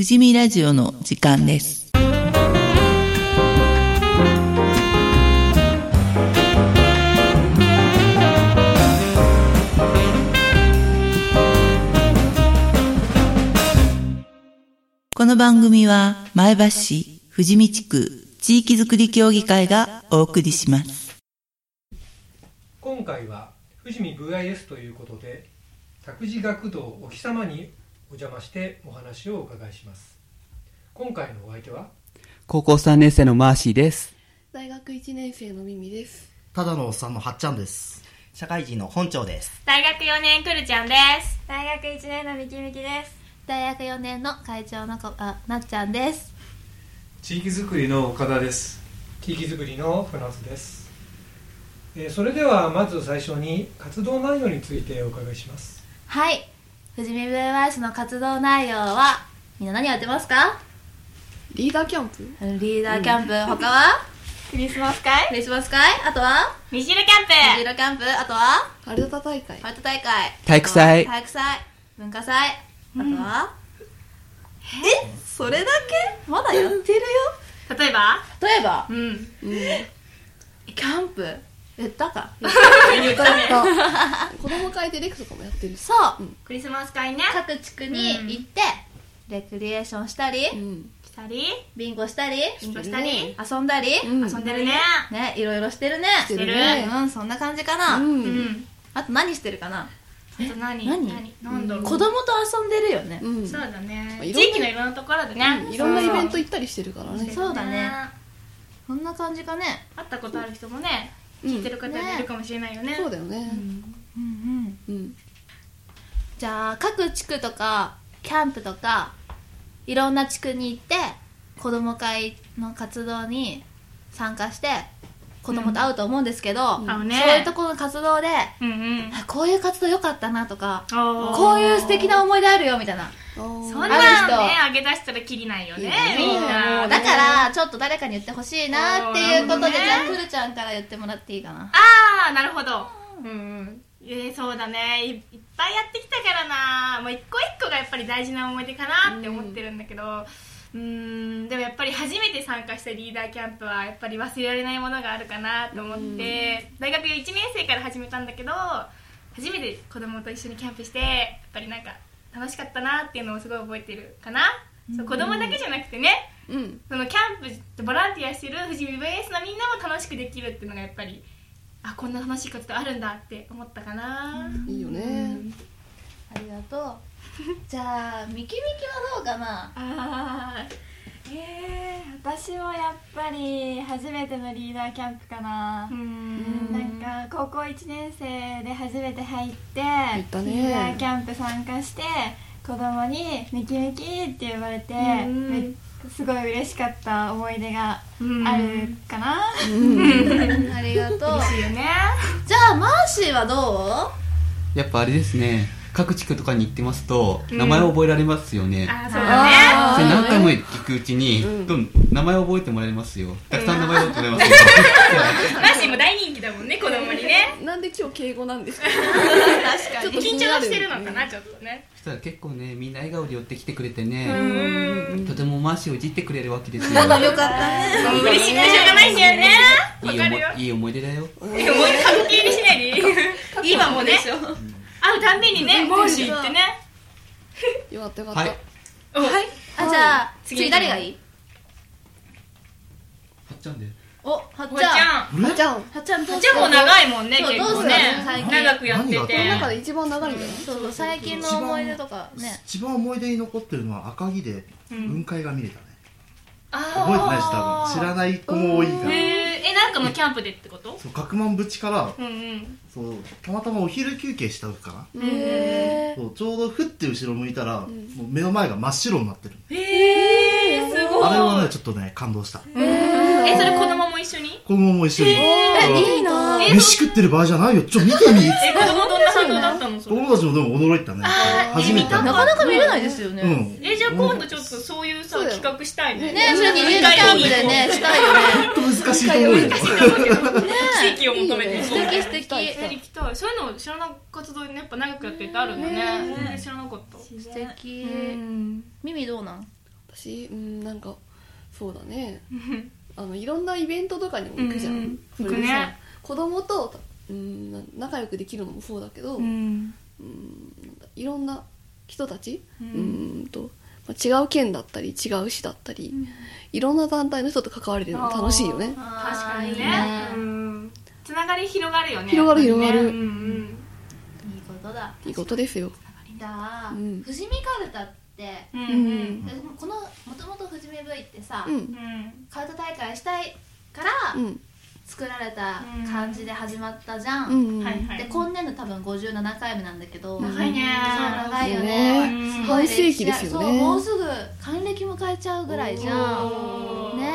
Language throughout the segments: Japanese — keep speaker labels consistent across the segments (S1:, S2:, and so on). S1: 富士見ラジオの時間です。この番組は前橋市富士見地区地域づくり協議会がお送りします。
S2: 今回は富士見 VIS ということで託児学童お日様にお邪魔してお話をお伺いします今回のお相手は
S3: 高校3年生のマーシーです。
S4: 大学1年生のミミです
S5: ただのおっさんのはっちゃんです社会人の本庁です
S6: 大学4年くるちゃんです大学1年のみきみきです
S4: 大学4年の会長のこあなっちゃんです
S7: 地域づくりの岡田です
S2: 地域づくりのフランスです、えーそれではまず最初に活動内容についてお伺いします
S4: はい富士見ブーワイスの活動内容はみんな何やってますか
S8: リーダーキャンプ
S4: リーダーキャンプ、他 は
S6: クリスマス会
S4: クリスマス会あとは
S6: ミシルキャ
S4: 虹
S6: ンプ
S4: 色キャンプあとは
S8: アルタ大会
S4: パルト大会
S3: 体育祭
S4: 体育祭文化祭あとは、えそれだけまだやってるよ
S6: 例えば
S4: 例えば
S6: うん
S4: キャンプ言ったか
S8: 子供会でレクとかもやってるし
S4: そう、
S6: クリスマス会ね
S4: 各地区に行って、レクリエーションしたり、
S8: うん
S6: 来たり
S4: ビンゴしたり
S6: 勉強したり
S4: 遊んだり、
S8: うん
S6: 遊んでるね
S4: ねいろいろしてるね
S8: してる
S6: ね
S4: うんそんな感じかな、
S8: うん
S6: うん
S4: あと何してるかな
S6: あと何
S4: 何
S6: 何だろう
S4: 子供と遊んでるよね、
S8: うん
S6: そうだね
S8: まあ
S6: 地
S8: いろんな
S6: 域のいろんなところでね
S8: いろんなイベント
S6: 行
S8: 行ったりしてるから
S4: そう
S8: ね
S4: だねそんな感じかね
S6: 会ったことある人もね聞いてる方がいるかもしれないよね
S8: そうだよね
S4: うんうん
S8: うん
S4: じゃあ各地区とかキャンプとかいろんな地区に行って子供会の活動に参加して子供と会うと思うんですけど、
S6: 会うね
S4: そういうところの活動で
S6: うんうん
S4: あこういう活動良かったなとか
S6: あー
S4: こういう素敵な思い出あるよみたいな
S6: そん
S8: そ
S6: なのねあげ出したらきりないよね
S8: いい
S6: み
S8: ね
S6: んな
S4: だからちょっと誰かに言ってほしいなっていうことで、
S6: そう
S4: じ
S6: ね
S4: ゃあくるちゃんから言ってもらっていいかな
S6: ああなるほどうんえー、そうだねいいっぱいやってきたからなもう一個一個がやっぱり大事な思い出かなって思ってるんだけどうんんでもやっぱり初めて参加したリーダーキャンプはやっぱり忘れられないものがあるかなと思って大学1年生から始めたんだけど初めて子供と一緒にキャンプしてやっぱりなんか楽しかったなっていうのをすごい覚えてるかな、そう子供だけじゃなくてね
S8: うん
S6: そのキャンプでボランティアしてる富士見 VS のみんなも楽しくできるっていうのがやっぱりあこんな楽しいことあるんだって思ったかな、
S8: いいよね
S4: ありがとうじゃあミキミキはどうかな
S6: あ
S9: えー、私もやっぱり初めてのリーダーキャンプかな
S6: ーう、ん
S9: なんか高校1年生で初めて入って
S8: ったね
S9: リーダーキャンプ参加して子供に「ミキミキ」って呼ばれて、
S6: うん
S9: めすごい嬉しかった思い出が
S6: うん
S9: あるかな、
S4: ありがとう
S6: 嬉しいよね
S4: じゃあマーシーはど
S3: やっぱあれですね、各地区とかに行ってますと、
S6: うん
S3: 名前を覚えられますよね。
S6: あーそうだね
S3: それ何回も行くうちに、
S8: ん
S3: どん名前を覚えてもらえますよ。たくさん名前を覚えてもらえますよ。
S6: マーシーも大人気だもんね子供にね
S8: なんで今日敬語なんですか
S6: 確か
S8: に
S6: 緊張してるのかなちょっとね
S3: そしたら結構ね、みんな笑顔で寄ってきてくれて
S6: う
S3: ね、
S6: ん
S3: とてもマーシーをいじってくれるわけですよ。
S4: うよかったね
S6: 嬉しいってしょうがないんだよねわ
S3: いい
S6: か
S3: 思
S6: るよ
S3: いいい思い出だよ。
S6: でももう関係にしないで今もね会うたんびにねマーシーってね
S8: よかったよかっ
S3: はい。
S8: た
S3: は
S6: はい
S4: あじゃあ
S6: 次
S4: 次誰がいい
S3: っちゃんで。
S4: おは
S6: お
S4: っ
S6: ば
S4: ち
S6: ち
S4: ゃん
S6: ゃん
S8: あじゃあ
S4: はっちゃんどう
S6: じゃあもう長いもんね
S4: そう
S6: 結
S4: どう
S6: 構
S4: す
S6: ね
S4: る最近
S6: 長くやってて
S8: この中で一番長いんだよね
S4: そうそう最近の思い出とかね
S5: 一番思い出に残ってるのは赤城で雲海が見れたね、覚えてないし
S6: あ
S5: 多
S6: ー
S5: 分知らない子も多いから、
S6: へーえなんかのキャンプでってこと
S5: そう角満淵から
S6: うんうん
S5: そうたまたまお昼休憩したのかな、
S4: へ
S5: そうちょうどふって後ろ向いたら、もう目の前が真っ白になってる
S6: へえすごい
S5: あれはねちょっとね感動した
S6: えそれ子供も一緒に
S5: 子供も一緒に、
S4: いいな
S6: え
S5: 飯食ってる場合じゃないよちょ見てみ
S6: え子供どんな反応だったのそ
S5: 子
S6: れ
S5: 供たちもでも驚いたね初めて
S6: え見
S4: なかなか見れないですよね
S5: う
S4: ね
S5: ん
S6: えじゃあ今度ちょっとそういうさ
S8: そうだよ
S6: 企画したいね
S4: それ二次キャンプでねしたいよね
S5: ちょっと難しいと思うよ
S6: 奇跡を求めて
S4: 素敵素敵
S6: え行きたいそういうの知らな活動でねやっぱ長くやってるってあるんだねね知らなかった
S4: 素敵
S6: うん
S4: ミミどうなん
S8: 私うんなんかそうだねあのいろんなイベントとかにも行くじゃん、
S6: うんうん
S8: それでさ
S6: 行くね
S8: 子供とうんな仲良くできるのもそうだけど、
S6: うん
S8: うんなんだいろんな人たち、
S6: う
S8: うんん、んと、まあ、違う県だったり違う市だったり、いろんな団体の人と関われるのも楽しいよね
S6: 確かにね
S4: あー
S6: うんつながり広がるよね
S8: 広がる広がる
S6: うんうん
S4: いいことだ
S8: いいことですよ
S4: だから、
S8: うん
S4: 富士見かるたって、
S6: うん
S8: う
S6: うん
S8: ん
S4: でこのもともと富士見部位ってさ、
S8: うん
S6: うん
S4: カルタ大会したいから
S8: うん
S4: 作られた感じで始まったじゃん、
S8: うん
S6: はいはい
S4: で今年度多分57回目なんだけど
S6: 長いね
S4: そう長いよ
S8: ね
S4: ね
S6: うん
S4: すごい歴史
S8: 半世紀ですよね
S4: そうもうすぐ還暦迎えちゃうぐらいじゃ
S6: おー
S4: んね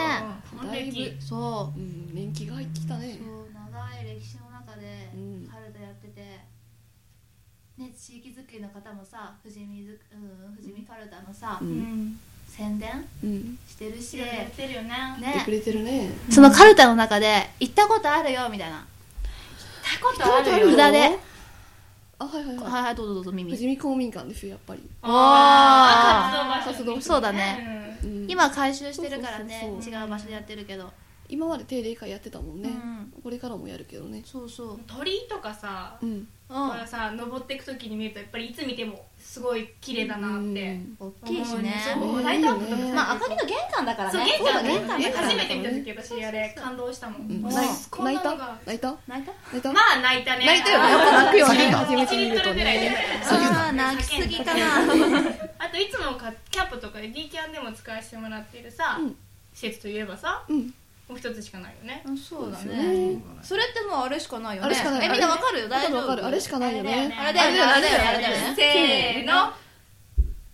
S6: 還暦
S4: えそう
S8: うん年季が入ってきたね
S4: そう長い歴史の中で
S8: うん
S4: カルタやってて、ね、地域づくりの方もさ富士見づく、うん、富士見カルタのさ、
S8: う
S6: うんん
S4: 宣伝
S8: うん
S4: してるし、
S6: いろいろやってるよね行っ
S8: やってく
S4: ね、
S8: れてるね
S4: そのカルタの中で行ったことあるよみたいな
S6: たことあるよ
S4: 札で
S8: あはいはいは
S4: はいはいどうぞどうぞ
S8: い
S4: 耳
S8: 富士見公民館ですよやっぱり
S6: あー活動場所
S4: そうだね
S6: ね
S8: うん
S4: 今回収してるからね
S8: そうそうそう
S4: 違う場所でやってるけど
S8: 今まで定例会やってたもんね
S4: うん
S8: これからもやるけどね
S4: そうそう
S6: 鳥居とかさ
S8: うん
S4: うん
S6: これさ登っていくときに見るとやっぱりいつ見てもすごい綺麗だなっ
S8: う
S6: て
S8: ん
S4: 大きいしね
S6: 思う
S8: ね
S6: ライトアップとかさ
S4: まああかりの玄関だから
S6: そう
S4: ね
S6: 玄関
S4: そう
S6: ね
S4: だ
S8: だから
S6: 初めて見た時私あれ感動したも
S8: うん
S6: ん
S8: 泣
S6: ま
S8: い
S6: こん
S8: 泣
S6: な
S8: い
S6: の
S8: た
S6: が
S8: 泣いた
S4: 泣いた
S8: 泣いた
S6: あ泣いたね
S8: 泣いたよねやっぱ泣くよね初めて
S6: 1
S8: 見
S6: リ
S8: る
S6: ット
S8: と
S6: ルぐらいで
S8: ね
S4: ああ泣きすぎかな
S6: あといつもかキャンプとかで D キャンでも使わせてもらっているさ、
S8: うん
S6: 施設といえばさ
S8: うん
S6: もう一つしかないよね
S4: うんそうだ
S8: そうですよ
S4: ねそれってもうあれしかないよね
S8: あれしかない
S4: えみんなわかるよ
S8: わ
S4: 大
S8: かる
S4: 丈
S8: わ
S4: 夫
S8: かるあれしかないよね
S4: あれだよねあれだよねあれだよね
S6: せーの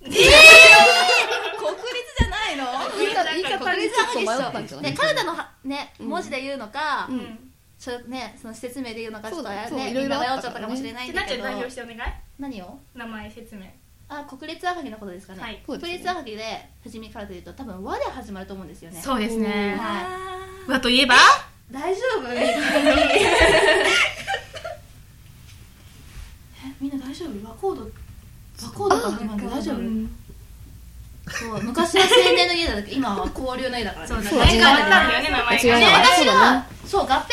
S4: 国立じゃないの
S8: 言い方言い方
S4: 国
S8: に
S4: 立
S8: ちょっと迷
S4: じ
S8: ったんじゃ
S4: ゃ
S8: ない
S4: ねカルタのはね文字で言うのか、
S8: うん
S4: ちょねその施設名で言うのかちょっと
S8: そうだね
S4: ね
S8: いろいろ
S4: 迷
S8: あ
S4: っ
S8: っ
S4: ちゃ
S8: た
S4: っ
S8: からね
S4: たかもしれないん
S6: じ
S4: だ
S6: ゃあなっち
S4: け
S6: ゃん
S4: ど
S6: 代表してお願い
S4: 何を
S6: 名前説明
S4: あ国立赤城のことですかね、
S6: はい
S8: そうです
S4: 国
S8: ね
S4: 立赤城で藤見カルタで言うと多分和で始まると思うんですよね
S6: そうですね
S4: は
S6: 和といえば
S4: い大丈夫えみんな大丈夫和コード和コードから始まるの大丈夫そう昔は青年の家だったけど今は交流の家だからね
S6: そうだね
S8: そうだね
S6: 変わったんだよね名
S8: 間
S6: 前が
S8: 違い
S4: ね
S8: ない
S4: 私
S8: そうだ
S4: がそう合併の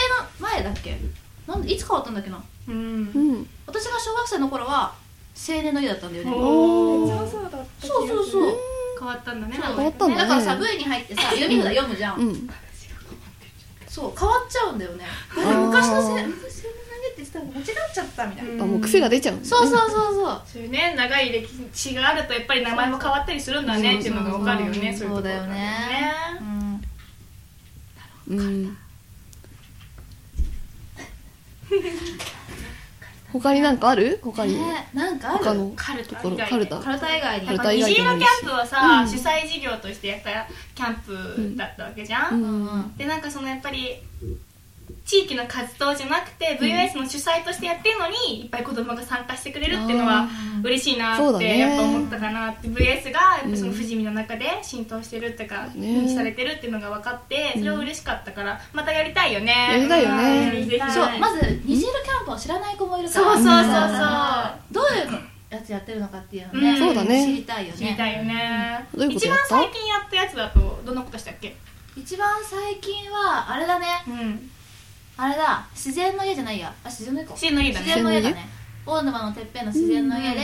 S4: 前だっけなんでいつ変わったんだっけな
S6: うん
S8: うん
S4: 私が小学生の頃は青年の家だったんだよね
S6: おー
S9: そうだった
S4: そうそうそう
S6: 変わったんだね
S4: そう
S8: 変わったんだね
S4: だからさ V に入ってさ読み札読むじゃん、
S8: うん
S4: そう変わっちゃうんだよねあれ昔のせ昔の青年の家ってさ間違っちゃったみたいな、
S8: あもう癖が出ちゃうんだね
S4: そうそうそうそう
S6: そういうね長い歴史があるとやっぱり名前も変わったりするんだねっていうのがわかるよね
S4: そう
S6: い
S4: そうそう
S6: ところが
S4: そうだよねうん
S8: うん他になんかある他に
S4: ねなんかある
S8: 他の
S6: カル
S8: と
S6: タ
S8: ころ
S6: みたい
S8: カルタ
S4: カルタ以外に
S8: カルタ
S6: 虹色キャンプはさ、
S8: うん
S6: 主催事業としてやったキャンプだったわけじゃん、
S8: うん
S4: うん
S6: でなんかそのやっぱり地域の活動じゃなくて VS の主催としてやってるのにいっぱい子供が参加してくれるっていうのは嬉しいな
S8: そう
S6: っ
S8: だ
S6: て
S8: ね
S6: やっぱ思ったかなって、VS がやっぱその富士見の中で浸透してるっていうか
S8: ね
S6: 認知されてるっていうのが分かってそれは嬉しかったからまたやりたいよね
S8: やりたいよね
S6: うんぜひ
S4: そうまず虹色キャンプを知らない子もいるか
S6: そう
S4: ら
S6: そうそうそう
S4: どういうやつやってるのかっていうの
S6: う
S4: ね
S6: んそうだ
S8: ね
S4: 知りたいよ
S6: 知りた
S4: ね
S6: いよね、
S8: どういうこと
S6: 一
S8: やっ
S6: 番
S8: た
S6: 最近やったやつだとどんなことしたっけ
S4: 一番最近はあれだね
S6: うん
S4: あれだ自然の家じゃないやあ自然の家か
S6: 自然の家だ
S4: 自
S6: ね
S4: 然の家だね大沼のてっぺんの自然の家で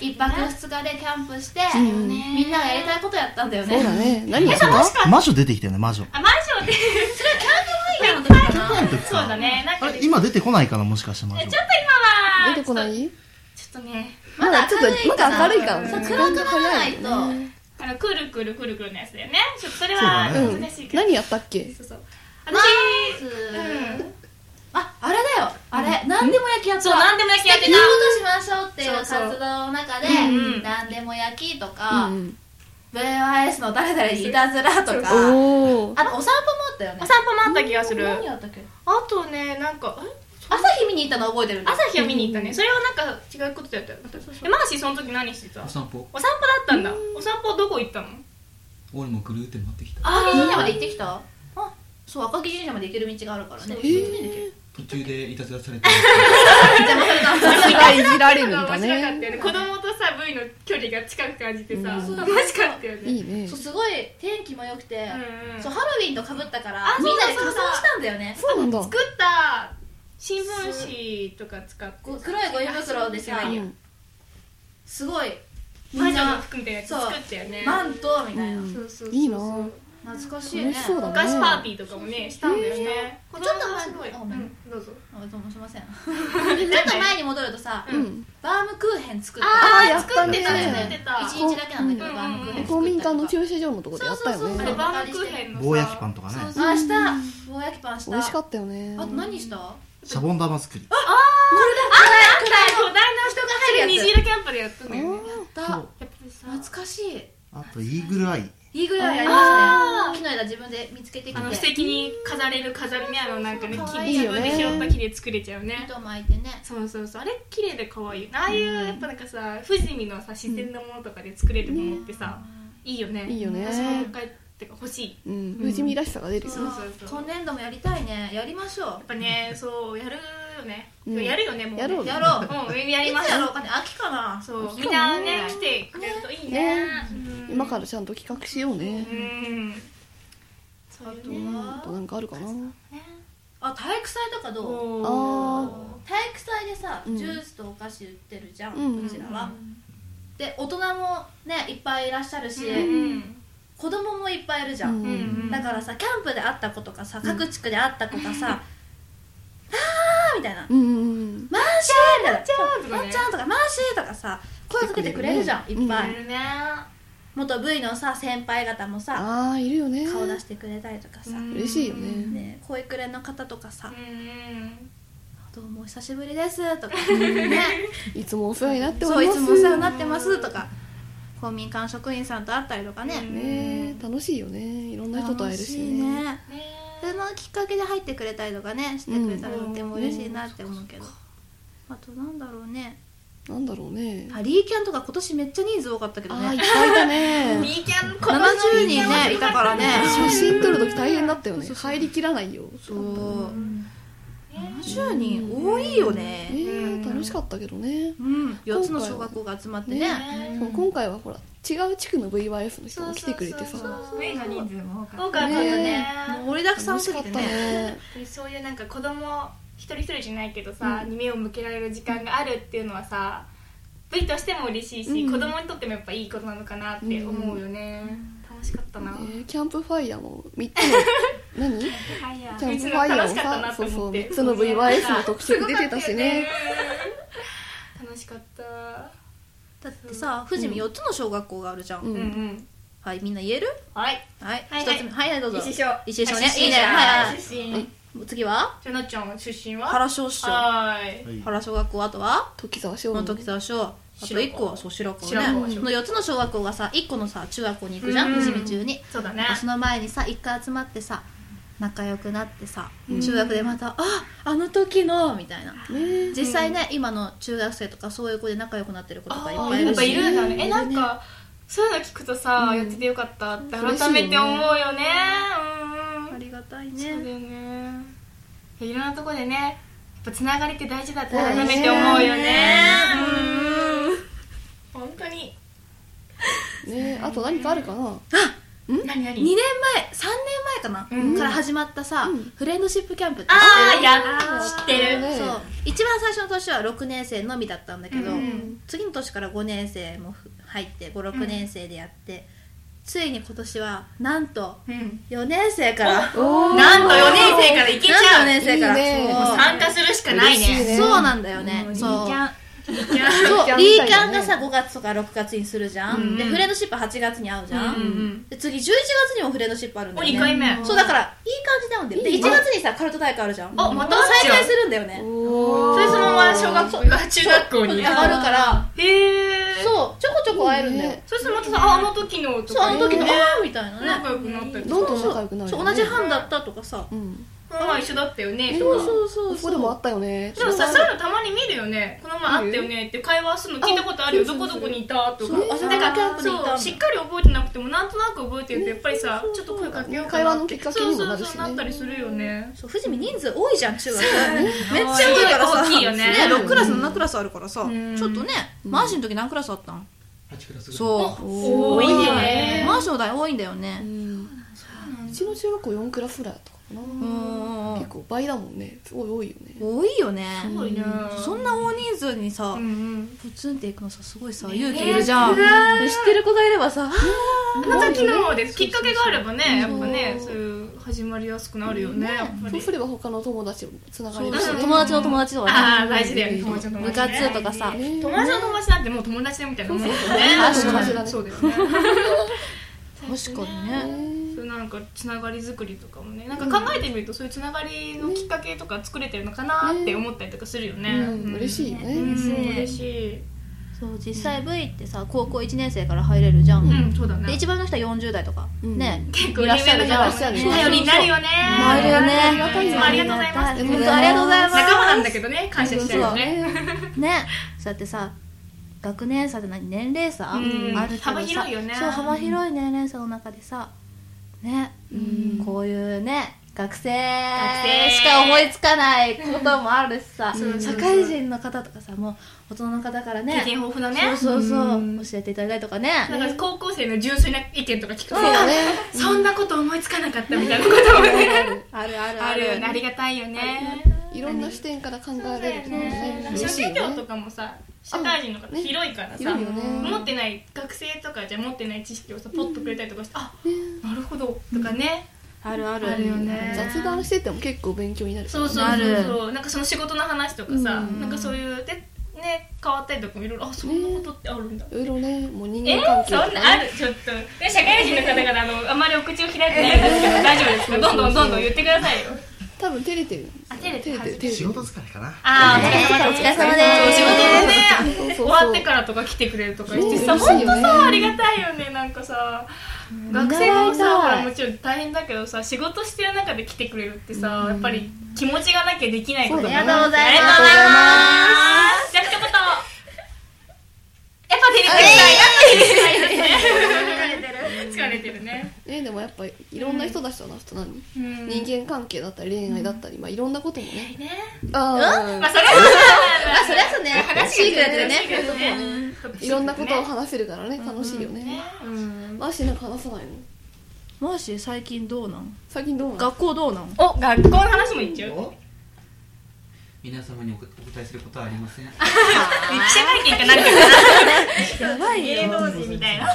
S4: 一泊二日でキャンプして
S8: うん
S4: みんながやりたいことやったんだよ
S8: そう
S4: ね
S8: だね何やっ
S5: そ
S8: た
S5: うか魔女出てきたよね魔女
S6: あマンションで
S4: キャンプファイヤーの時かな
S6: そうだねなん
S5: あ
S6: か
S5: れ今出てこないかなもしかして魔
S6: え
S5: 女
S6: ちょっと今は
S8: 出てこない
S6: ちょっとね
S8: まだちょっとまだ明るいから
S4: そう
S8: 時
S4: 暗
S8: 間が
S4: くなら
S8: 早
S4: ないい
S8: よ
S4: と
S8: ね
S6: あのくるくるくるくるのやつだよねちょっとそれ
S5: そう
S6: は
S5: だね
S6: 難しいけど、
S8: 何やったっけ
S6: そうそう
S4: ま
S6: 私
S4: ず
S6: うん
S4: ああれだよあれ何でも焼きやった
S6: そう何でも焼きやって
S4: いいことしましょうっていう活
S6: そうそう
S4: 動の中で
S6: うんうん
S4: 何でも焼きと
S8: う
S4: か
S8: ん
S4: VYS の誰々にいたずらと
S8: お
S4: か
S8: お
S4: あとお散歩もあったよね
S6: たお散歩もあった気がする
S4: 何やったっけ
S6: あとねなんかえ
S4: 朝日見に行ったの覚えてるんだよ
S6: 朝日を見に行ったねそれはなんか違うことだったよえマーシーその時何してた
S3: お散歩
S6: お散歩だったんだお散歩どこ行ったの
S3: 俺もぐるーって回ってきた
S4: 赤城神社まで行ってきたあそう赤城神社まで行ける道があるからね
S8: えー
S3: 途中でいたずらされて
S8: それがいじられるんだ
S6: 面白かったよ
S8: ね
S6: ね子供とさいの距離が近く感じてさ、
S8: うん
S6: 楽しかったよね
S8: いいね
S4: そうすごい天気も良くて、
S6: うんうん
S4: そうハロウィンとかぶったから
S6: あそう
S4: みんな
S6: だ
S4: で仮装したんだよね
S8: そうなんだ
S6: 作った新聞紙とか使って
S4: こう黒いゴミ袋でさ
S6: あそう
S8: うん
S4: すごいみ
S6: 魔
S4: ん
S6: 女の
S4: な
S6: 服みたいなやつ
S4: そう
S6: 作ったよね
S4: マントみたいな、
S8: うん
S6: そうそうそう
S8: いいなぁ
S4: 懐かしいね
S8: 楽しそうだ
S6: お
S8: ね
S6: 菓子パーティーとかもねしたんだよね
S4: えー
S6: 子供がすごい
S4: ちょっと前に
S6: うんどうぞ
S4: あどうもすいません ちょっと前に戻るとさ、
S6: う
S8: うん
S4: バームクーヘン作った
S8: あーやっ
S6: 作
S8: た
S6: って
S8: ね
S6: た作ってた
S4: 一日だけなんだけど、
S6: うん
S4: バームクーヘン作ったりとか
S8: 公民館の駐車場のとこでやったよ
S4: そうそうそ
S6: あれ
S4: う
S8: ね
S6: バームクーヘンのさ
S5: 棒焼きパンとかね
S4: そうそうあした棒焼きパンした
S8: 美味しか
S4: あ
S8: ったよね
S4: と何したあ
S5: シャボン玉作り
S6: 巨大な人が入る虹色キャンプでやったんだよね
S4: だ
S5: と
S6: やっぱりさ
S4: 懐かしい
S5: あとイーグルアイ
S4: いいぐらいやりましたね木の枝自分で見つけてき
S6: あの
S4: て
S6: 素敵に飾れる飾りねあのなんかね
S4: そう
S6: 木
S4: そう
S8: いい
S6: 自
S8: よ
S6: 分
S8: ね
S6: で拾った木で作れちゃうね
S4: 糸巻いてね
S6: そうそうそうあれ綺麗で可愛いああいうやっぱなんかさ富士見のさ自然のものとかで作れるものってさいいよね
S8: いいよね
S6: 私もう一回ってか欲しい
S8: う
S6: や
S8: ん不死身らしさが出るよ
S6: そうそうそう
S4: 今年度もやりたいねやりましょ
S6: っぱねそうやるよね
S8: うん
S6: やるよねもうね
S8: やろう
S4: うやろう
S6: うんやりま
S4: いつ
S6: す
S4: やろうかね秋かな
S6: そう
S4: 秋
S6: みんなね来てくれるといいね
S8: ね今からちゃんと企画しようね
S6: うんそういうね
S8: あとなんかあるかな
S4: あ体育祭とかどう
S8: あ
S4: 体育祭でさ
S8: うん
S4: ジュースとお菓子売ってるじゃん、
S8: うん
S4: こちらは、で大人もねいっぱいいらっしゃるし、
S6: うんうん
S4: 子供もいっぱいいるじゃん、
S8: うん
S6: うん
S4: だからさキャンプで会った子とかさ各地区で会った子がさ「あー」みたいな
S8: うんうん
S4: 「マンシー」みたいな「
S6: マ
S4: まっ
S6: ンち
S4: ち
S6: ゃ
S4: ゃん」とか「マンシー」とかさ声かけてくれるじゃんいっぱ
S6: や
S4: い
S6: るね
S4: 元 V のさ先輩方もさ
S8: ああいるよね
S4: 顔出してくれたりとかさ、
S6: うん
S8: 嬉しいよね
S4: ね声くれの方とかさ
S6: うんうん
S4: 「どうもお久しぶりです」とかね
S8: いつもお世話になってお
S4: そう
S8: り
S4: い
S8: ます
S4: つもお世話になってますとか公民館職員さんと会ったりとかね、
S8: ね楽しいよねいろんな人と会えるし
S4: 楽
S8: ね
S4: ね
S6: ね
S4: そのきっかけで入ってくれたりとかねしてくれたらとっても嬉しいなって思うけど、あとなんだろうね
S8: なんだろうね
S4: ハリーキャンとか今年めっちゃ人数多かったけど
S8: ああいっ
S4: ね
S8: ぱいいたね
S6: ミーキャンこの
S4: 70人ねいたからね
S8: 写真撮るとき大変だったよね入りきらないよ
S4: そう70人多いよね
S8: ね楽しかったけどね
S4: うん4つの小学校が集まってね
S8: ねそう今回はほら違う地区の VYF の人も来てくれてさ
S9: 部の人数も多かった
S6: 多かったね
S4: もう盛りだくさん
S8: 楽
S4: す
S8: し
S4: ぎ
S8: かってた
S4: ね
S8: ね
S6: そういうなんか子供一人一人じゃないけどさ、に目を向けられる時間があるっていうのはさ V としても嬉しいし、
S8: うん
S6: 子供にとってもやっぱいいことなのかなって思うよね、楽しかったな、
S8: えーキャンプファイヤーも3つの 何キ
S9: はいや
S8: ャンプファイヤーも
S6: 楽しかったな
S8: さ
S6: と
S8: そうそ
S6: 思
S8: う
S6: って
S8: 3つの VYS の特色出てたしね
S6: 楽しかった、
S4: だってさ富士見4つの小学校があるじゃん、
S8: うん
S6: うんうん
S4: はいみんな言える
S6: はい
S4: はい、
S6: はい
S4: 一つ目はいはいどうぞ
S6: 一緒
S4: 一緒ね
S6: 出身
S4: いいね
S6: 者
S4: はいはい
S6: 出身
S4: 次は
S6: じゃあなっちゃん出身は
S4: 原小師匠
S6: はーい
S4: 原小学校あとは
S8: 時沢翔
S4: こ
S8: 吾
S4: の時さ小あと
S6: 白子
S4: 1個はそう白子ね
S6: 白子
S4: その4つの小学校がさ1個のさ中学校に行くじゃん
S6: うん
S4: 富士見中に
S6: そうだね
S4: その前にさ1回集まってさ仲良くなってさ中学でまた「ああの時の」みたいな
S8: ね
S4: 実際ね今の中学生とかそういう子で仲良くなってる子とかいっ
S6: あ
S4: ぱ
S6: ー
S4: いい
S6: やっ
S4: る
S6: ぱい
S4: し
S6: るんだねえなんかそういうの聞くとさ、やっててよかったって改めて思うよねうんうん
S4: ありがたい
S6: そうだ
S4: ね
S6: よねいろんなところでねやっぱつながりって大事だって改めて思うよねうん本当に
S8: ねあと何かあるかな
S6: 何
S4: 2
S6: 何
S4: 年前3年前かな、
S6: うん
S4: から始まったさ、フレンドシップキャンプって知ってる
S6: ああやっ知ってる
S8: ね
S4: そう一番最初の年は6年生のみだったんだけど、
S6: うん
S4: 次の年から5年生も入って56年生でやって、ついに今年はなんと
S6: うん
S4: 4年生からなんと
S8: おー
S6: なんと4年生からいけ
S4: 4
S6: ちゃう
S4: 年生から
S8: いいね
S4: そう
S6: 参加するしかない
S8: 嬉しい
S6: ね
S8: ね
S4: そうなんだよねそうそうリ
S8: リ
S4: ー
S8: ー
S4: キ
S8: キ
S4: ャ
S8: ャ
S4: ン
S8: ン
S4: が
S8: が
S4: さ
S8: さ
S4: 5月とか6月にするじゃん、
S6: うん
S4: でフレンドシップ8月に会うじゃん、
S6: ん
S4: で次11月にもフレンドシップあるんだよね
S6: お二回目
S4: そうだからいい感じなんだよで1月にさカルト大会あるじゃん
S6: おまた
S4: 再開するんだよね
S8: お
S6: それそのまま小学校あ中学校に
S4: 上がるから
S6: へえ
S4: そうちょこちょこ会えるんだよ、
S8: いいね
S6: そしてまたさああの時のと
S4: そうあ
S6: か
S4: の時の、
S6: ね
S4: ああみたいなね
S6: 仲良くなったり
S8: どんど
S6: とか
S8: ん仲良くなる
S4: そ
S8: よ
S4: う
S8: ね
S4: 同じ班だったとかさ、
S8: うん
S6: まあ一緒だったよね
S4: そうそうそう
S8: ここでもあったよね
S6: でもさそういうのたまに見るよねこの前あったよねって会話するの聞いたことあるよどこどこにいたと
S4: そ
S6: か
S4: うあそこの
S6: だから
S4: キャンプにいたんだ
S6: そうしっかり覚えてなくてもなんとなく覚えてるとやっぱりさちょっと声かけようか
S8: 会
S6: な
S8: 話
S6: っ
S8: の
S6: て
S8: きっかけにもなるしね
S6: そうそうそうなったりするよね
S4: そう富士見人数多いじゃん中学めっちゃ多いからさ
S6: 大きいよね
S4: 6クラス7クラスあるからさ、
S6: ん
S4: ちょっとねマーシーの時何クラスあったん
S10: 8クラスぐらい
S4: そう
S6: 多いね
S4: マンションだ多いんだよね
S8: うちの中学校4クラスぐらいだったか
S4: う
S8: な、
S4: んうんうん
S8: 結構倍だもんねすごい多いよね
S4: 多いよね
S6: 多いね
S4: そんな大人数にさ
S6: うんうん
S4: ポツンっていくのさすごいさ勇気いるじゃん知ってる子がいればさ
S6: あの時のですきっかけがあればねやっぱねそういう始まりやすくなるよねやっぱ
S8: そう
S6: り
S8: すれば他の友達もつなが
S4: そ
S8: り
S4: う
S8: だ
S4: そ
S8: し
S4: う
S8: ね
S4: 友達の友達とかね
S6: ああ大事だよね友達の友
S4: 部
S6: 達ね
S4: 活とかさ
S8: ね
S6: 友達の友達なんてもう友達だみたいなもんだよね
S8: そうそうそう
S6: うんそうだよね
S4: 確かにね
S6: そうなんかつながり作りとかもねなんか考えてみるとそういうつながりのきっかけとか作れてるのかなって思ったりとかするよね、
S8: うん嬉しいよ
S6: う
S8: ね
S6: ん
S11: 嬉しい
S6: 嬉しい
S4: そう実際 V ってさ高校1年生から入れるじゃん、
S6: うんそうだ
S4: で
S6: ね
S4: 一番の人は40代とか、
S8: うん
S4: ね
S6: 結構
S4: いらっしゃるじゃん
S8: いらっしゃるね
S6: 頼りになるよね
S4: なるよね
S6: ありがたいよいつもありがとうございます
S4: 本当ありがとうございます
S6: 仲間なんだけどね感謝したいよね
S4: ねそうやってさ学年差じゃない年齢差、
S6: うん
S4: あるけどさ
S6: 幅広いよね
S4: そう幅広い年齢差の中でさね、こういうね学生
S6: 生
S4: しか思いつかないこともあるしさ、
S6: そうそうそう
S4: 社会人の方とかさもう大人の方から
S6: 経
S4: ね
S6: 験豊富なね
S4: そうそうそう、
S6: ん
S4: 教えていただいたりとかね
S6: なんか高校生の純粋な意見とか聞くと
S8: そうだね
S6: そんなこと思いつかなかったみたいなこともね
S4: あるある
S6: あるよねありがたいよね
S8: いろんな視点から考えられるってことね嬉しい
S6: 職
S8: よ
S6: 業
S8: ね
S6: とかもさ社会人の方
S8: ね
S6: 広いから
S8: いる
S6: さ
S8: よね
S6: 持ってない学生とかじゃ持ってない知識をさポッとくれたりとかしてあなるほどとかね
S4: あるある
S6: あるよね
S8: 雑談してても結構勉強になる
S6: そうそうそうそうなんかその仕事の話とかさなんかそういうでね変わったりとかもいろいろあそんなことってあるんだ
S8: いろいろねもう人
S6: えー
S8: 間関係
S6: そん
S8: と
S6: な
S8: か
S6: あ
S8: ね
S6: るちょっとで社会人の方々あのあんまりお口を開いてないですけど大丈夫ですか どんどんどんどん言ってくださいよ
S8: 多分照れてる
S6: あ照れて
S8: 照
S6: る
S8: れてる照れて
S12: 仕
S8: る
S12: 事疲れかな
S6: あーお疲れ様
S4: お
S6: です
S4: 疲れ様で
S6: そう仕事
S4: す
S6: でね
S8: そ
S6: 終
S8: うそうそう
S6: わってからとか来てくれるとかしてさ
S8: ね
S6: 本
S8: 嬉
S6: 当
S8: しいよ
S6: さ
S8: ね
S6: ありがたいよねなんかさ学生もさほらもちろん大変だけどさ仕事してる中で来てくれるってさやっぱり気持ちがなきゃできないことだね
S4: ありがとうご
S6: あ
S4: ざ
S6: り
S4: い
S6: が
S4: ま
S6: とうございますじゃあ一言やっぱ照れてるやっぱ照れてる疲れてるね
S8: ねでもやっぱいろんな人たちと話すと何
S6: うん
S8: 人間関係だったり恋愛だったりまあいろんなこともね
S6: ね
S8: あ
S6: まあ
S8: あ
S6: それはまあ
S4: それはそうね話が
S6: だ
S4: ずれてるね
S8: いろんなことを話せるからね楽しいよねマーシーなんか話さないの
S4: マーシー最近どうなん
S8: 最近どうなの
S4: 学校どうなん
S6: お学校の話も言っちゃう
S3: 皆様にお答えすることはありません
S6: 記者会見かなんかか
S4: やば
S6: ない芸
S4: よ
S6: 能人みたいな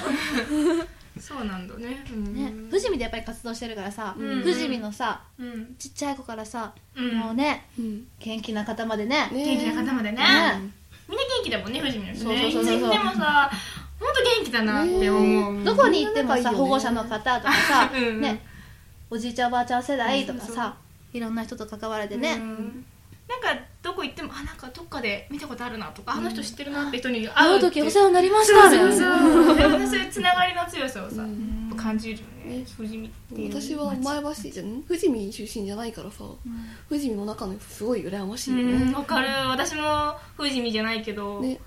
S6: そうなんだねうん
S4: ね、富士見でやっぱり活動してるからさ、
S6: うん
S4: 富士見のさ
S6: うん
S4: ちっちゃい子からさ、
S6: うん
S4: もうね
S8: うん
S4: 元気な方までね
S8: ね
S6: 元気な方までね
S4: ね
S6: みんな元気だもんね藤見の人
S8: そ
S6: ね
S8: う
S6: いつ
S8: そうそうそう
S6: 行ってもさ本当元気だなって思う
S4: どこに行ってもさ、
S8: うん
S4: 保護者の方とかさ、
S6: うん
S4: ねおじいちゃんおばあちゃん世代とか
S6: うんそう
S4: さ、いろんな人と関われて
S6: う
S4: ね、
S6: んなんかどこ行ってもあなんかどっかで見たことあるなとかあの人知ってるなって人に
S4: 会
S6: 会う
S4: う
S6: って
S4: 時お世話になりまし
S6: そう
S4: た
S6: そう
S4: ね
S6: そうでもねそういうつながりの強さをさ感じるよね
S8: ね
S6: 藤見っていう
S8: 私は前橋じゃん富士見出身じゃないからさ富士見の中のすごい羨ましいよ
S6: うん
S8: ね
S6: わかる私も藤見じゃないけど
S8: ね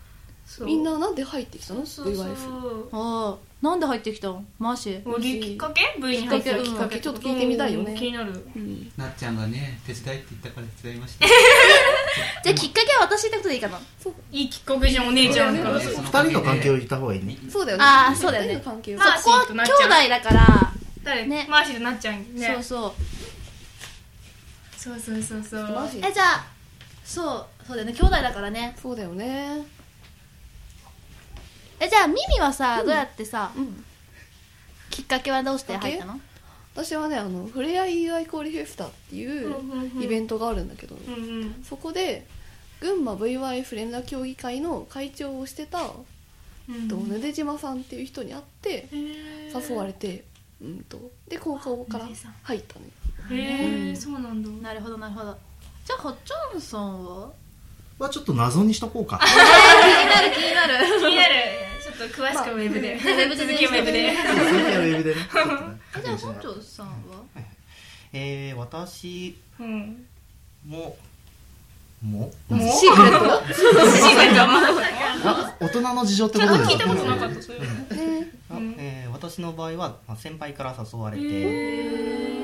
S6: そう
S8: みんななんで入ってきたの
S6: そうそう
S8: VYF
S4: ああなんで入ってきたんマーシー
S6: そう理由きっかけ V に入ったきっかけ
S8: きっかけちょっと聞いてみたいよね
S6: うん気になる
S8: うん
S3: なっちゃんがね手伝いって言ったから手伝いました
S4: じゃあきっかけは私ってことでいいかない
S6: いきっかけじゃんお姉ちゃんから
S12: 二人の関係を言った方がいいね
S8: そうだよね
S4: あーそうだよね
S8: 二人の関係を
S6: まあ
S4: そこは兄弟だから、
S6: 誰
S4: ね
S6: マーシーとなっちゃんね
S4: そうそう
S6: そうそうそうそう
S8: マジ
S4: えじゃあそうそうだよね兄弟だからね
S8: そうだよね
S4: えじゃあミミはさ、どうやってさ、
S8: ん
S4: きっかけはどうして入ったの
S8: 私はねあのふれあい愛交流フェスタっていう
S6: うんうんうん
S8: イベントがあるんだけど
S6: うんうん
S8: そこで群馬 VYF 連絡協議会の会長をしてた
S6: うん
S8: とぬで島さんっていう人に会って誘われてうんとで高校から入ったね
S6: へえそうなんだ
S4: なるほどなるほどじゃあホッチョンさんは
S12: はちょっと謎にしとこうか
S4: 気になる
S6: 気になるちょっと詳しくはウェブでウ
S4: ェブで
S6: 続きはウェブで
S12: 続きはウェブでねちょっとね
S4: え
S12: 確
S4: じゃあ
S12: 認しなが
S4: ホッチ
S12: ら
S4: ョンさんは
S13: えー、私
S6: うん
S13: も
S12: もう
S6: もう
S8: シークレットが
S6: シークレットはまだ
S13: あ大人の事情って
S6: ちょ
S13: こ
S6: っ
S13: と
S6: と
S13: です
S6: 聞いたことなかったそういう
S13: あえー私の場合はまあ先輩から誘われて、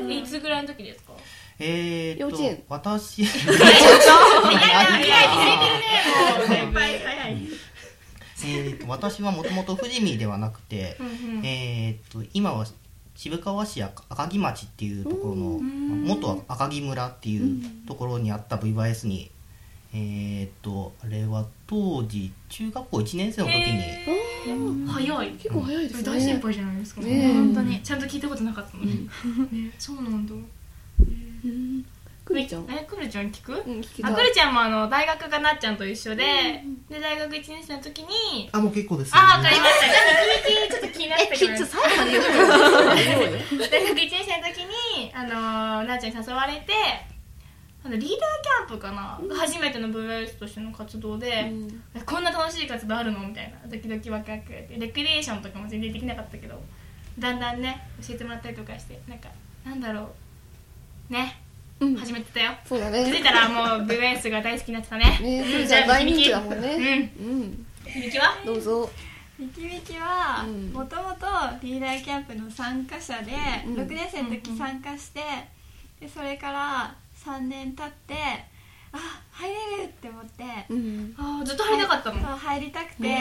S6: のいつぐらいの時ですか
S13: えー、っと
S8: 幼稚園
S13: 私
S6: 早い早い早い早い先輩早い
S13: えーと私はもともと富士見ではなくて
S6: うんうん
S13: えーと今は渋川市赤赤城町っていうところの、
S6: うん
S13: まあ元は赤城村っていうところにあった VYS に、えーとあれは当時中学校1年生の時に、
S6: 早い結
S13: 構早
S6: い
S13: ですね
S6: 大先輩じゃないですか、
S13: ねえ
S6: 本当にちゃんと聞いたことなかったのに、ねそうなんだくるちゃんえくるちゃん聞く、
S8: た
S6: あくるちゃんもあの大学がなっちゃんと一緒で、で大学1年生の時に
S14: あもう結構です
S6: あわかりましたじゃあ聞いてちょっと気になってきま
S4: え
S6: す
S4: きっと最後まで言う
S6: 大学1年生の時にあのーなっちゃんに誘われてあのリーダーキャンプかな、初めての VS としての活動で、こんな楽しい活動あるのみたいなドキドキワクワクでレクリエーションとかも全然できなかったけどだんだんね教えてもらったりとかしてなんかなんだろうね、始めてたよ
S8: そうだね
S6: 気づいたらもう VS が大好きになってたね
S8: ね
S6: うん
S8: じゃあ
S6: じゃあ
S8: 大人気だもんね
S6: うん、響きは
S8: どうぞ
S15: ミキミキはもともとリーダーキャンプの参加者で、
S8: うん
S15: 6年生の時参加して、でそれから3年経ってあ入れるって思って、
S6: あーずっと入りたかったの
S15: そう入りたくて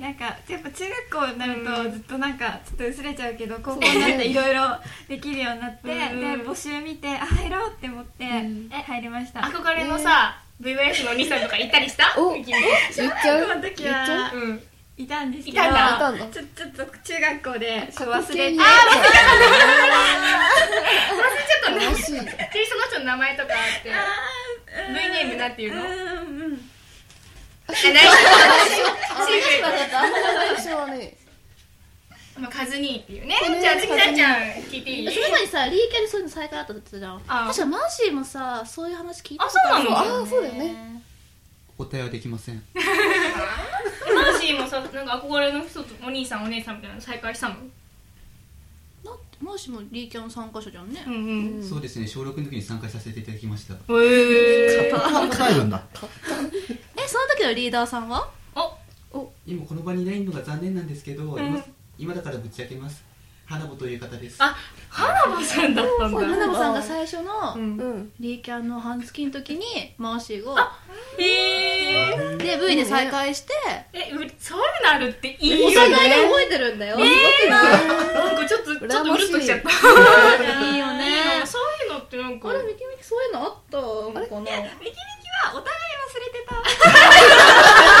S15: なんかやっぱ中学校になるとずっとなんかちょっと薄れちゃうけど高校になっていろいろできるようになって、
S6: うん
S15: で募集見てあ入ろうって思って入りました、
S6: 憧れのさ、VS の2歳とか行ったりしたミキミキ
S15: 小学校の時は、
S6: うん
S15: いたんですけど
S6: いたんだいたん
S15: ちょちょっと中学校でちょっと
S6: あー
S15: 忘れて
S6: 忘れちゃった忘れちゃったね急にその人の名前とかあって
S15: うん
S6: V ネームなんていうの
S15: うんうん
S6: え内緒シー
S8: 私はね
S6: まあカズニーっていうね
S4: ね
S6: じゃあ次
S4: カズ
S6: さ
S4: ニー
S6: んちゃん聞いていい
S4: その前にさリーキャでそういうの再開あったって言ってたじゃん確かマーシーもさそういう話聞いたこと
S6: あそうなの
S4: あそうだよね
S3: 答えはできません
S6: マーシーもさなんか憧れの人とお兄さんお姉さんみたいなの再会したの
S4: マーシーもリーキャの参加者じゃんね
S6: うん
S3: そうですね小6の時に参加させていただきました
S6: え
S14: 帰るんだ
S4: えその時のリーダーさんは
S3: 今この場にいないのが残念なんですけど、
S4: ん
S3: 今今だからぶっちゃけます花子という方です
S6: あ花子さんだったんだ
S4: 花子さんが最初のリーキャンの半月の時にマーシーが
S6: へー
S4: で V で再会して
S6: えうそうなるっていいよ
S4: お
S6: ね
S4: 互いが覚えてるんだよ
S6: えー、なんかちょっとちょっとうるっときちゃったいいよねそういうのってなんかあれミキミキそういうのあったのかなミキミキはお互い忘れてた V バ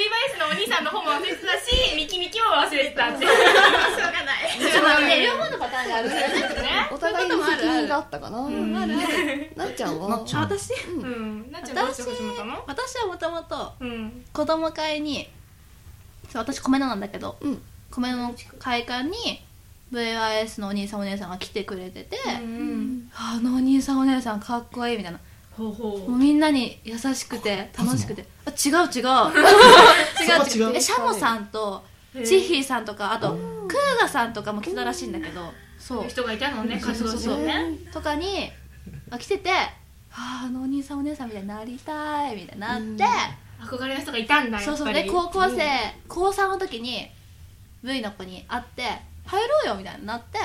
S6: イスのお兄さんの方も忘れてたしミキミキも忘れてたってしょうがない
S4: ちょっと待って両方のパターンがあるからね
S8: お互いに責任があったかな
S4: うんあるある
S8: なっちゃんは
S4: あ私
S6: うんなっちゃんどうし
S4: 私
S6: て始めたの
S4: 私はもともと
S6: うん
S4: 子供会にそう私米菜なんだけど、米菜の会館に VIS のお兄さんお姉さんが来てくれてて、あのお兄さんお姉さんかっこいいみたいな
S6: ほうほ
S4: もうみんなに優しくて楽しくてあ違う違 う違う違うえシャモさんとチッヒーさんとかあとクーガさんとかも来てたらしいんだけどそう
S6: いう人がいたのね活動す
S4: そ
S6: るね
S4: うそうそうとかにあ来ててああのお兄さんお姉さんみたいになりたいみたいになって、
S6: 憧れの人がいたんだ
S4: そうそう
S6: やっぱ
S4: で
S6: り
S4: 高校生、
S6: うん
S4: 高3の時に V の子に会って入ろうよみたいになって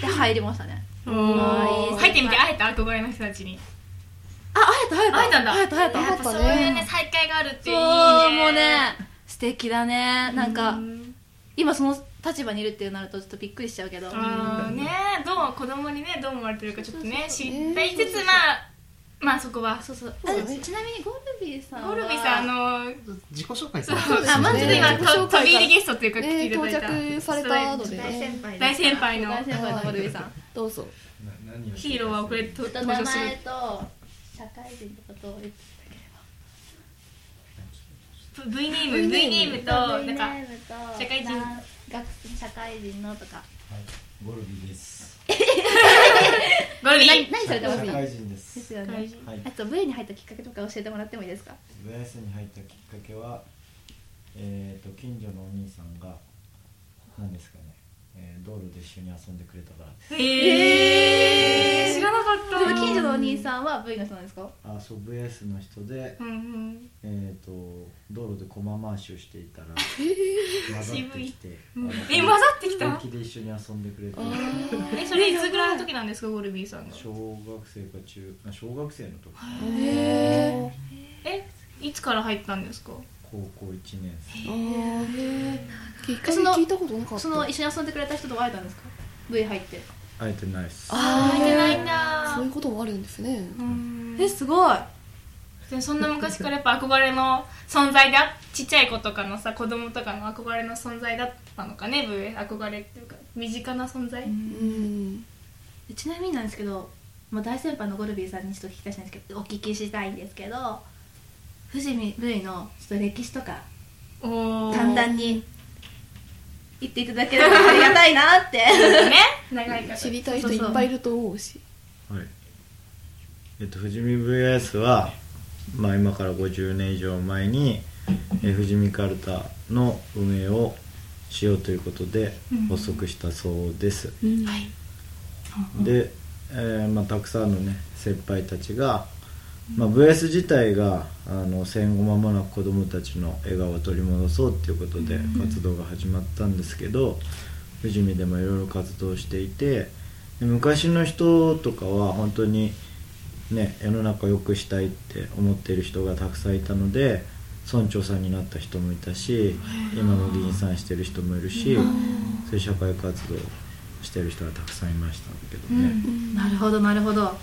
S4: で入りましたね
S6: お
S4: あーいい先輩
S6: ー入ってみて会えた憧れの人たちに
S4: あ会えた会えた
S6: 会えたんだ
S4: 会えた会えた
S6: やっぱそういうね再会があるって
S4: そ
S6: い
S4: う
S6: いいね
S4: もうね素敵だねなんか今その立場にいるってなるとちょっとびっくりしちゃうけど
S6: あーねどう子供にねどう思われてるかちょっとね知りつつまあまあそこは
S4: そうそうあでもちなみにゴルビーさんは
S6: ゴルビさんあの
S14: 自己紹介
S6: そう
S14: そうですね
S6: あまず今
S14: 自己紹介
S6: と
S14: から
S6: 飛び入りゲストっていうか来ていただいた
S8: ね到着されたのでね
S6: 大先輩大先輩の
S4: 大先輩のゴルビーさん
S8: どうぞ
S6: ヒーローは遅れて登
S4: 名
S6: 場
S4: 前と
S6: する
S4: 社会人とかと言ってたければ
S6: V ネーム V ネームとなんか
S4: V ネームと
S6: 社会人
S4: な学生社会人のとか
S2: ゴルビーです。
S4: ゴルビー何何されてますか
S2: 社会人です。
S4: ですよね、
S2: はい。
S4: あと V に入ったきっかけとか教えてもらってもいいですか
S2: 浦安に入ったきっかけは、えっ、と近所のお兄さんが何ですかね、えー、道路で一緒に遊んでくれたからです。
S6: えー知らなかった
S4: でも近所のお兄さんは V の人なんですか
S2: あ、そう VS の人で、
S6: うんうん
S2: えっ、と道路でコマ回しをしていたら混ざってきて、
S6: 渋いうん
S2: あの
S6: え混ざってきた
S2: 平気で一緒に遊んでくれて、
S6: えそれいつぐらいの時なんですかゴルビーさんが
S2: 小学生か中、あ小学生の時。
S6: えいつから入ったんですか
S13: 高校1年生
S8: 結に
S4: 果
S8: 聞いたことなかった
S4: その一緒に遊んでくれた人と会えたんですか V 入って
S13: 会えてないっす
S8: あー
S6: 入ってないんだ
S8: そういうこともあるんですね
S4: えすごい
S6: でもそんな昔からやっぱ憧れの存在であちっちゃい子とかのさ子供とかの憧れの存在だったのかねブエ憧れっていうか身近な存在
S4: ちなみになんですけど、まあ、大先輩のゴルビーさんにちょっと聞きたいんですけどお聞きしたいんですけど藤見 V のちょっと歴史とか簡単に言っていただければありがたいなって
S6: 長いから、
S8: 知りたい人いっぱいいると思うし
S13: はいえっと、富士見 VS は、まあ、今から50年以上前に、えー富士見カルタの運営をしようということで
S16: うん
S13: 発足したそうです、
S16: はい
S13: で、えーまあ、たくさんのね先輩たちが、まあ、VS 自体があの戦後間もなく子どもたちの笑顔を取り戻そうっていうことで
S16: うん
S13: 活動が始まったんですけど富士見でもいろいろ活動していてで昔の人とかは本当にね世の中を良くしたいって思っている人がたくさんいたので村長さんになった人もいたし今の議員さんしてる人もいるし
S4: うん
S13: そういう社会活動をしてる人がたくさんいましたけどね。
S4: なるほどなるほど、そうなんだ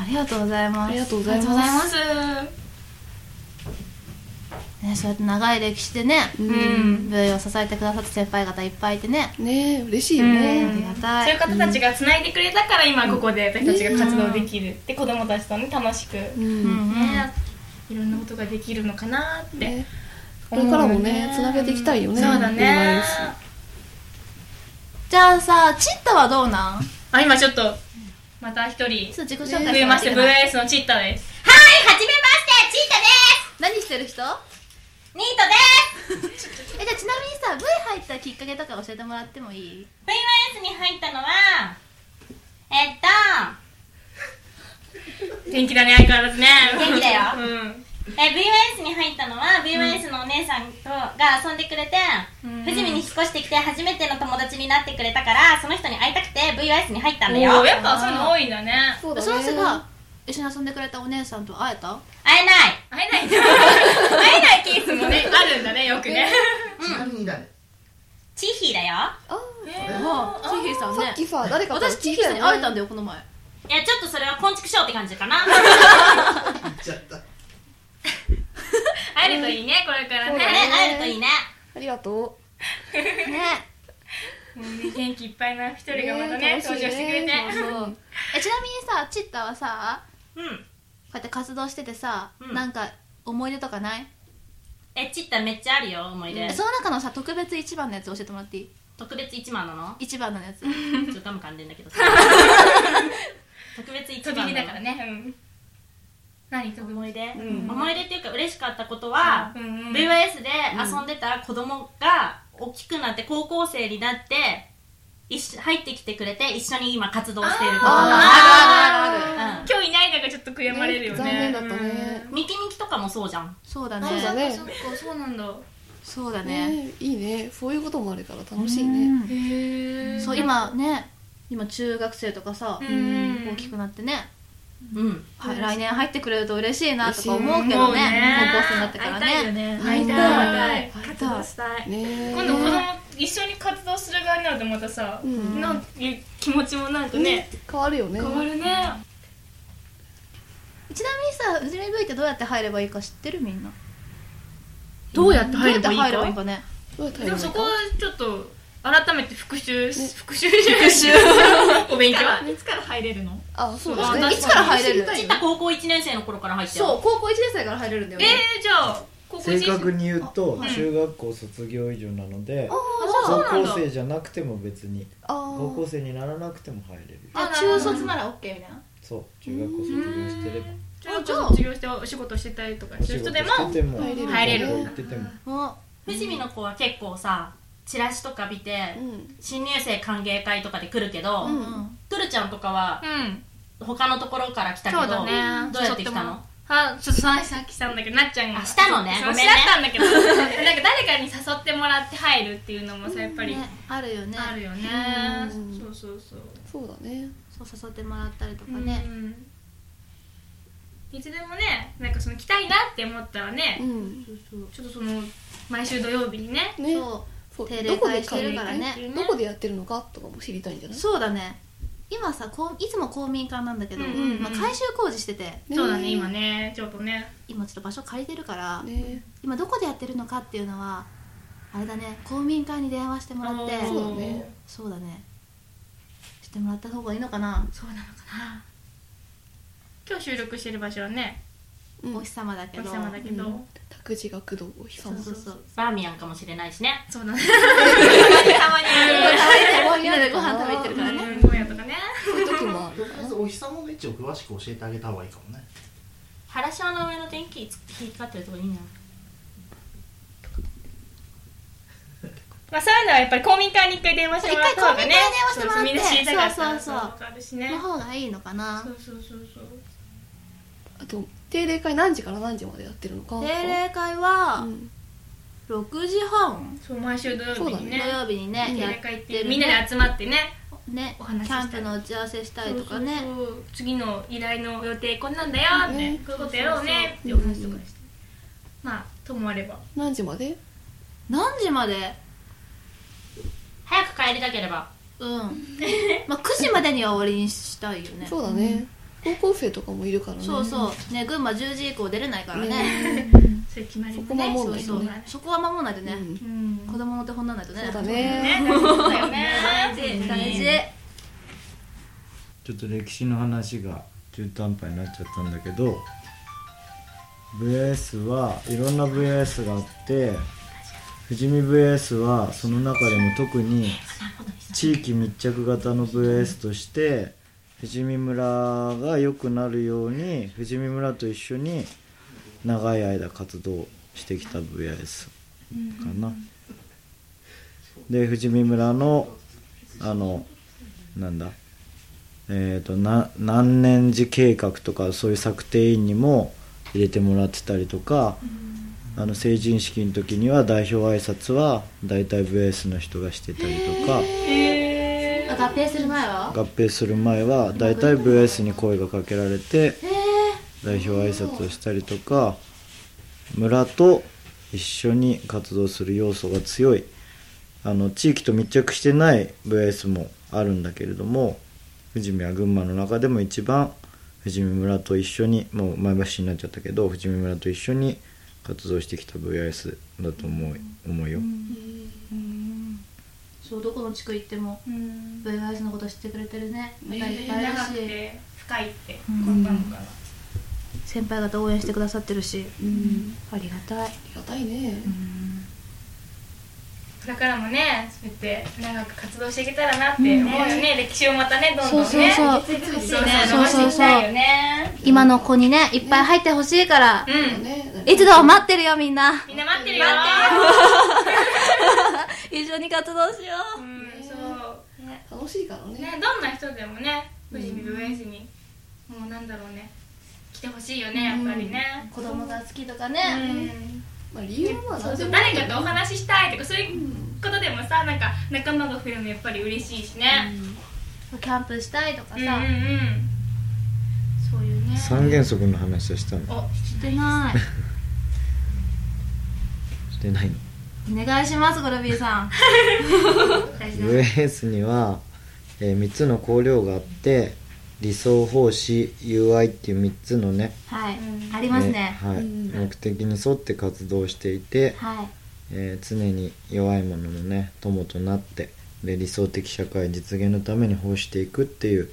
S4: ありがとうございます
S8: ありがとうございます
S4: ありがとうございますね、そうやって長い歴史でね、うん V を支えてくださった先輩方いっぱいいてね
S8: ね嬉し
S6: いよね
S4: ありがたい
S6: そういう方たちがつないでくれたから今ここで私たちが活動できるで子供たちとね楽しく、
S8: ん
S6: ねいろんなことができるのかなって、
S8: これからもねつなげていきたいよね
S6: そうだ
S8: いろいろあ
S6: ね
S8: るし
S4: じゃあさチッタはどうなん
S6: あ今ちょっとまた一人
S4: 自己紹介
S6: 増えまして
S4: して
S6: ブ
S4: も
S6: ル
S4: らって
S6: ーエースのチッタです
S15: はい、はじめまして、チータです。
S4: 何してる人
S15: ニートです。
S4: えじゃあちなみにさ V 入ったきっかけとか教えてもらってもいい
S15: VYS に入ったのは、えっと、
S6: 元気だね相変わらずね
S15: 元気だよ
S6: うん
S15: え VYS に入ったのは VYS のお姉さんとが遊んでくれて、富士見に引っ越してきて初めての友達になってくれたからその人に会いたくて VYS に入ったんだよ
S6: おーやっぱそういうの多いんだね
S4: そうだねその人が一緒に遊んでくれたお姉さんと会えた
S15: 会え な
S6: 会
S15: い
S6: えないんだ会えないケースもねあるんだねよくね
S17: ちなみに誰
S15: チーヒーだよ
S4: あチーヒーさんね
S8: さっきさ誰かから
S4: 私チーヒーさんに会えたんだよこの前
S15: いやちょっとそれは昆虫ショーって感じか な
S6: 会えるといいねこれからね
S15: ね会えるといいね
S8: ありがと
S6: ね元気いっぱいな一人がまたね
S4: ね
S6: 登場してくれて
S4: 楽しいねそうそうえちなみにさチッタはさ、
S15: こ
S4: うやって活動しててさ、
S15: うん
S4: なんか思い出とかない
S15: えチッタめっちゃあるよ思い出
S4: えその中のさ特別一番のやつ教えてもらっていい
S15: 特別一番なの
S4: 一番のやつ
S15: ちょっとガム噛んでんだ けど特別一
S6: 飛
S15: 番
S6: び
S15: な
S6: 火
S15: の
S6: だからねうん何
S15: 思い出、
S6: ん
S15: 思い出っていうか嬉しかったことは、
S6: うんうん
S15: VYS で遊んでた子供が大きくなって高校生になって一緒入ってきてくれて一緒に今活動していること
S6: あー
S15: るあるある
S6: 今日いないのがちょっと悔やまれるよね
S15: ね、ミキミキとかもそうじゃん
S4: そうだ
S8: ねそうだね
S6: そっかそっかそうなんだ
S4: そうだ
S8: う
S4: ね
S8: ねいいねそういうこともあるから楽しいね
S6: へ
S4: そう今ね今中学生とかさ
S8: うん
S4: 大きくなってね
S15: うん
S4: はい、来年入ってくれると嬉しいなとか思うけど
S6: 嬉しい
S4: ね
S6: ね
S4: 高校生になってからね
S6: 会
S4: 会い
S6: いたい会いたい
S4: たい
S6: 活動したい
S8: ね
S6: 今度子供一緒に活動する側になるとまたさ、
S8: ん
S6: なんいう気持ちもなんかね、
S8: 変わるよね
S6: 変わるね
S4: ちなみにさ藤見 V ってどうやって入ればいいか知ってるみんな
S6: どうやって入ればいいか
S4: どうやって入ればいいかね
S6: でもそこはちょっと改めて復習し、復習じゃない
S4: 復習
S6: お勉強
S4: い
S6: いつから入れるの
S8: あ
S4: そうですねいつから入れる
S15: ちった高校1年生の頃から入ってる
S4: そう高校1年生から入れるんだよね
S6: えー、じゃあ高
S13: 正確に言うと
S4: あはい
S13: 中学校卒業以上なので
S4: じゃあ
S13: 高
S4: そうなんだ
S13: 校生じゃなくても別に
S4: あー
S13: 高校生にならなくても入れる
S4: あ中卒なら OK みたいな
S13: そう中学校卒業してれば
S6: 中学校卒業してお仕事してたりとか
S13: お
S6: す
S13: 仕
S6: る
S13: 事
S6: 人
S13: し
S6: でも
S13: てても
S6: 入れる
S13: 学校行ってても
S15: 富士見の子は結構さチラシとか見て、新入生歓迎会とかで来るけど、
S6: うんう
S15: トゥルちゃんとかは、他のところから来たけど
S6: そうだね
S15: どうやって来たの
S6: あちょっとさっきしたんだけどなっちゃんが
S15: したのね
S6: そう
S15: ごめんね
S6: 知らったんだけど なんか誰かに誘ってもらって入るっていうのもさやっぱり、
S4: あるよね
S6: あるよね
S4: うん
S6: そうそうそう
S8: そうだね
S4: そう誘ってもらったりとかね、
S6: うんいつでもねなんかその来たいなって思ったらね、そうそうちょっとその毎週土曜日にね
S8: そう
S6: 定
S8: ど
S6: 例
S8: こで
S6: 会してるからね
S8: どこでやってるのかとかも知りたいんじゃない
S4: そうだね今さこういつも公民館なんだけど、
S8: うんうんうん
S4: まあ、改修工事してて
S6: そうだね今ねちょっとね
S4: 今ちょっと場所借りてるから、今どこでやってるのかっていうのはあれだね公民館に電話してもらって
S8: あーそうだね
S4: そうだねしてもらった方がいいのかな
S6: そうなのかな今日収録してる場所はね
S4: お日様だけ
S6: お
S4: ど
S6: 日様だけど、
S4: うん
S8: 託児学童お日
S15: そう
S8: 様
S15: そうそうバーミヤンかもしれないしね
S6: そうだね
S15: たまに
S4: たまにみんなでご飯食べに行ってるからね
S6: うんご飯とかね
S8: そういう時もある
S5: とりあえずお日様の位置を詳しく教えてあげた方がいいかもね
S15: 原島の上の電気引っかかってるとこいいな
S6: まあそういうのはやっぱり公民館に一回電話してもらった方がね
S4: 一回公民館に電話してもらってそ
S6: そうそうみんな知りたかったら
S4: うそうそう
S6: のがあるしね
S4: の方がいいのかな
S6: そうそうそうそう
S8: あと定例会何時から何時までやってるのかとか
S4: 定例会は6時半
S6: そう毎週土曜日にね
S4: 土曜日にね
S6: 定
S4: や
S6: 例
S4: って
S6: 会
S4: る
S6: っ
S4: ね
S6: てみんなで集まってね
S4: ね
S6: お話し
S4: キャンプの打ち合わせしたりとかね
S6: そうそうそう次の依頼の予定こんなんだよって、
S8: ね
S6: こういうことやろうねってお話とかして、まあともあれば
S8: 何時まで
S4: 何時まで
S15: 早く帰りたければ
S4: うん まあ9時までには終わりにしたいよね
S8: そうだね、高校生とかもいるからね
S4: そうそうね群馬10時以降出れないからね
S8: ね
S6: そういう決まり
S8: そこ守んないと
S4: そうそう
S8: ね
S4: そこは守らないとね子供の手本にならないとね
S8: そうだね
S4: そうだよね
S6: ね
S4: 大事大事
S13: ちょっと歴史の話が中途半端になっちゃったんだけど VS はいろんな VS があって富士見 VS はその中でも特に地域密着型の VS として富士見村が良くなるように富士見村と一緒に長い間活動してきた VS かな。で富士見村のあのなんだえー、とな何年次計画とかそういう策定委員にも入れてもらってたりとか、あの成人式の時には代表挨拶は大体 VS の人がしてたりとか
S4: あ合併する前は
S13: 合併する前は大体 VS に声がかけられて
S4: へ
S13: 代表挨拶をしたりとか村と一緒に活動する要素が強いあの地域と密着してない VS もあるんだけれども富士見は群馬の中でも一番富士見村と一緒にもう前橋市になっちゃったけど富士見村と一緒に活動してきた VS だと思う思うよ。
S4: そうどこの地区行っても VYS のこと知ってくれてるねまたいっぱいいる
S6: 長
S4: し
S6: くて深いって
S4: うん
S6: 分かんのかな
S4: 先輩方応援してくださってるしありがたいあり
S8: がたいね
S6: これからもねそうやって長く活動していけたらなって思うよね、歴史をまたねどんどんね
S4: そうそうそう
S6: 受け継いで
S4: そうね
S6: そう
S4: そうそうそう
S6: そう伸ばしていきたいよね
S4: 今の子にねいっぱい入ってほしいから
S8: うん
S4: いつでも待ってるよみんな
S6: みんな待ってるよ
S4: 一緒に活動しよう、
S6: そうね
S8: 楽しいからね
S6: ねどんな人でもね富士見ブエスに、もうなんだろうね来てほしいよねやっぱりね、
S4: 子供が好きとかね、
S8: まあ、理由は
S6: そ
S8: 何で
S6: うそう
S8: も
S6: 誰かとお話ししたいとかそういうことでもさなんか仲間が増えるのやっぱり嬉しいしね、
S4: キャンプしたいとかさ、
S6: うんうんうんそういうね
S13: 三原則の話をしたの
S6: お
S4: してな
S13: してないの
S4: いお願いしますゴルビーさん 大事な
S13: VS には、え3つの綱領があって理想奉仕友愛っていう3つのね
S4: はい、ありますね
S13: はい
S4: うん
S13: 目的に沿って活動していて、
S4: はい
S13: えー常に弱い者のね友となってで理想的社会実現のために奉していくっていう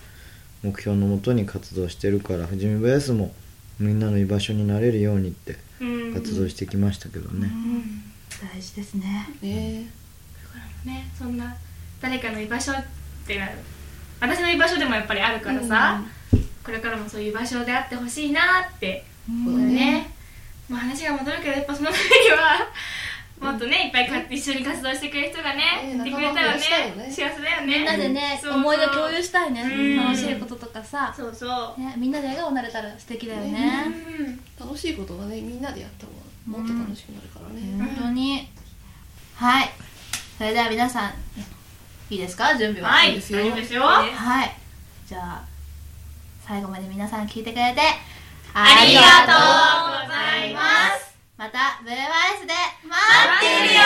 S13: 目標のもとに活動してるから富士見 VS もみんなの居場所になれるようにって
S6: うん
S13: 活動してきましたけどね、
S4: 大事ですね
S8: ね
S6: ねそんな誰かの居場所ってなる私の居場所でもやっぱりあるからさ、これからもそういう居場所であってほしいなって思うよね、まあ、話が戻るけどやっぱそのためにはもっとね、いっぱいか一緒に活動してくれる人がね、いてくれたら
S4: 仲間
S6: ね
S4: 増やしたいよね
S6: 幸せだよね
S4: みんなでね、
S6: そうそう
S4: 思い出共有したいね、
S6: うん
S4: 楽しいこととかさ
S6: そうそう、
S4: ね、みんなで笑顔になれたら素敵だよね
S8: 楽しいことはねみんなでやった方がもっと楽しくなるからね、
S4: 本当にはいそれでは皆さんいいですか準備は
S6: はいいいですよいいですよ
S4: はいじゃあ最後まで皆さん聞いてくれてありが
S6: とうございます
S4: また VYS で待ってるよ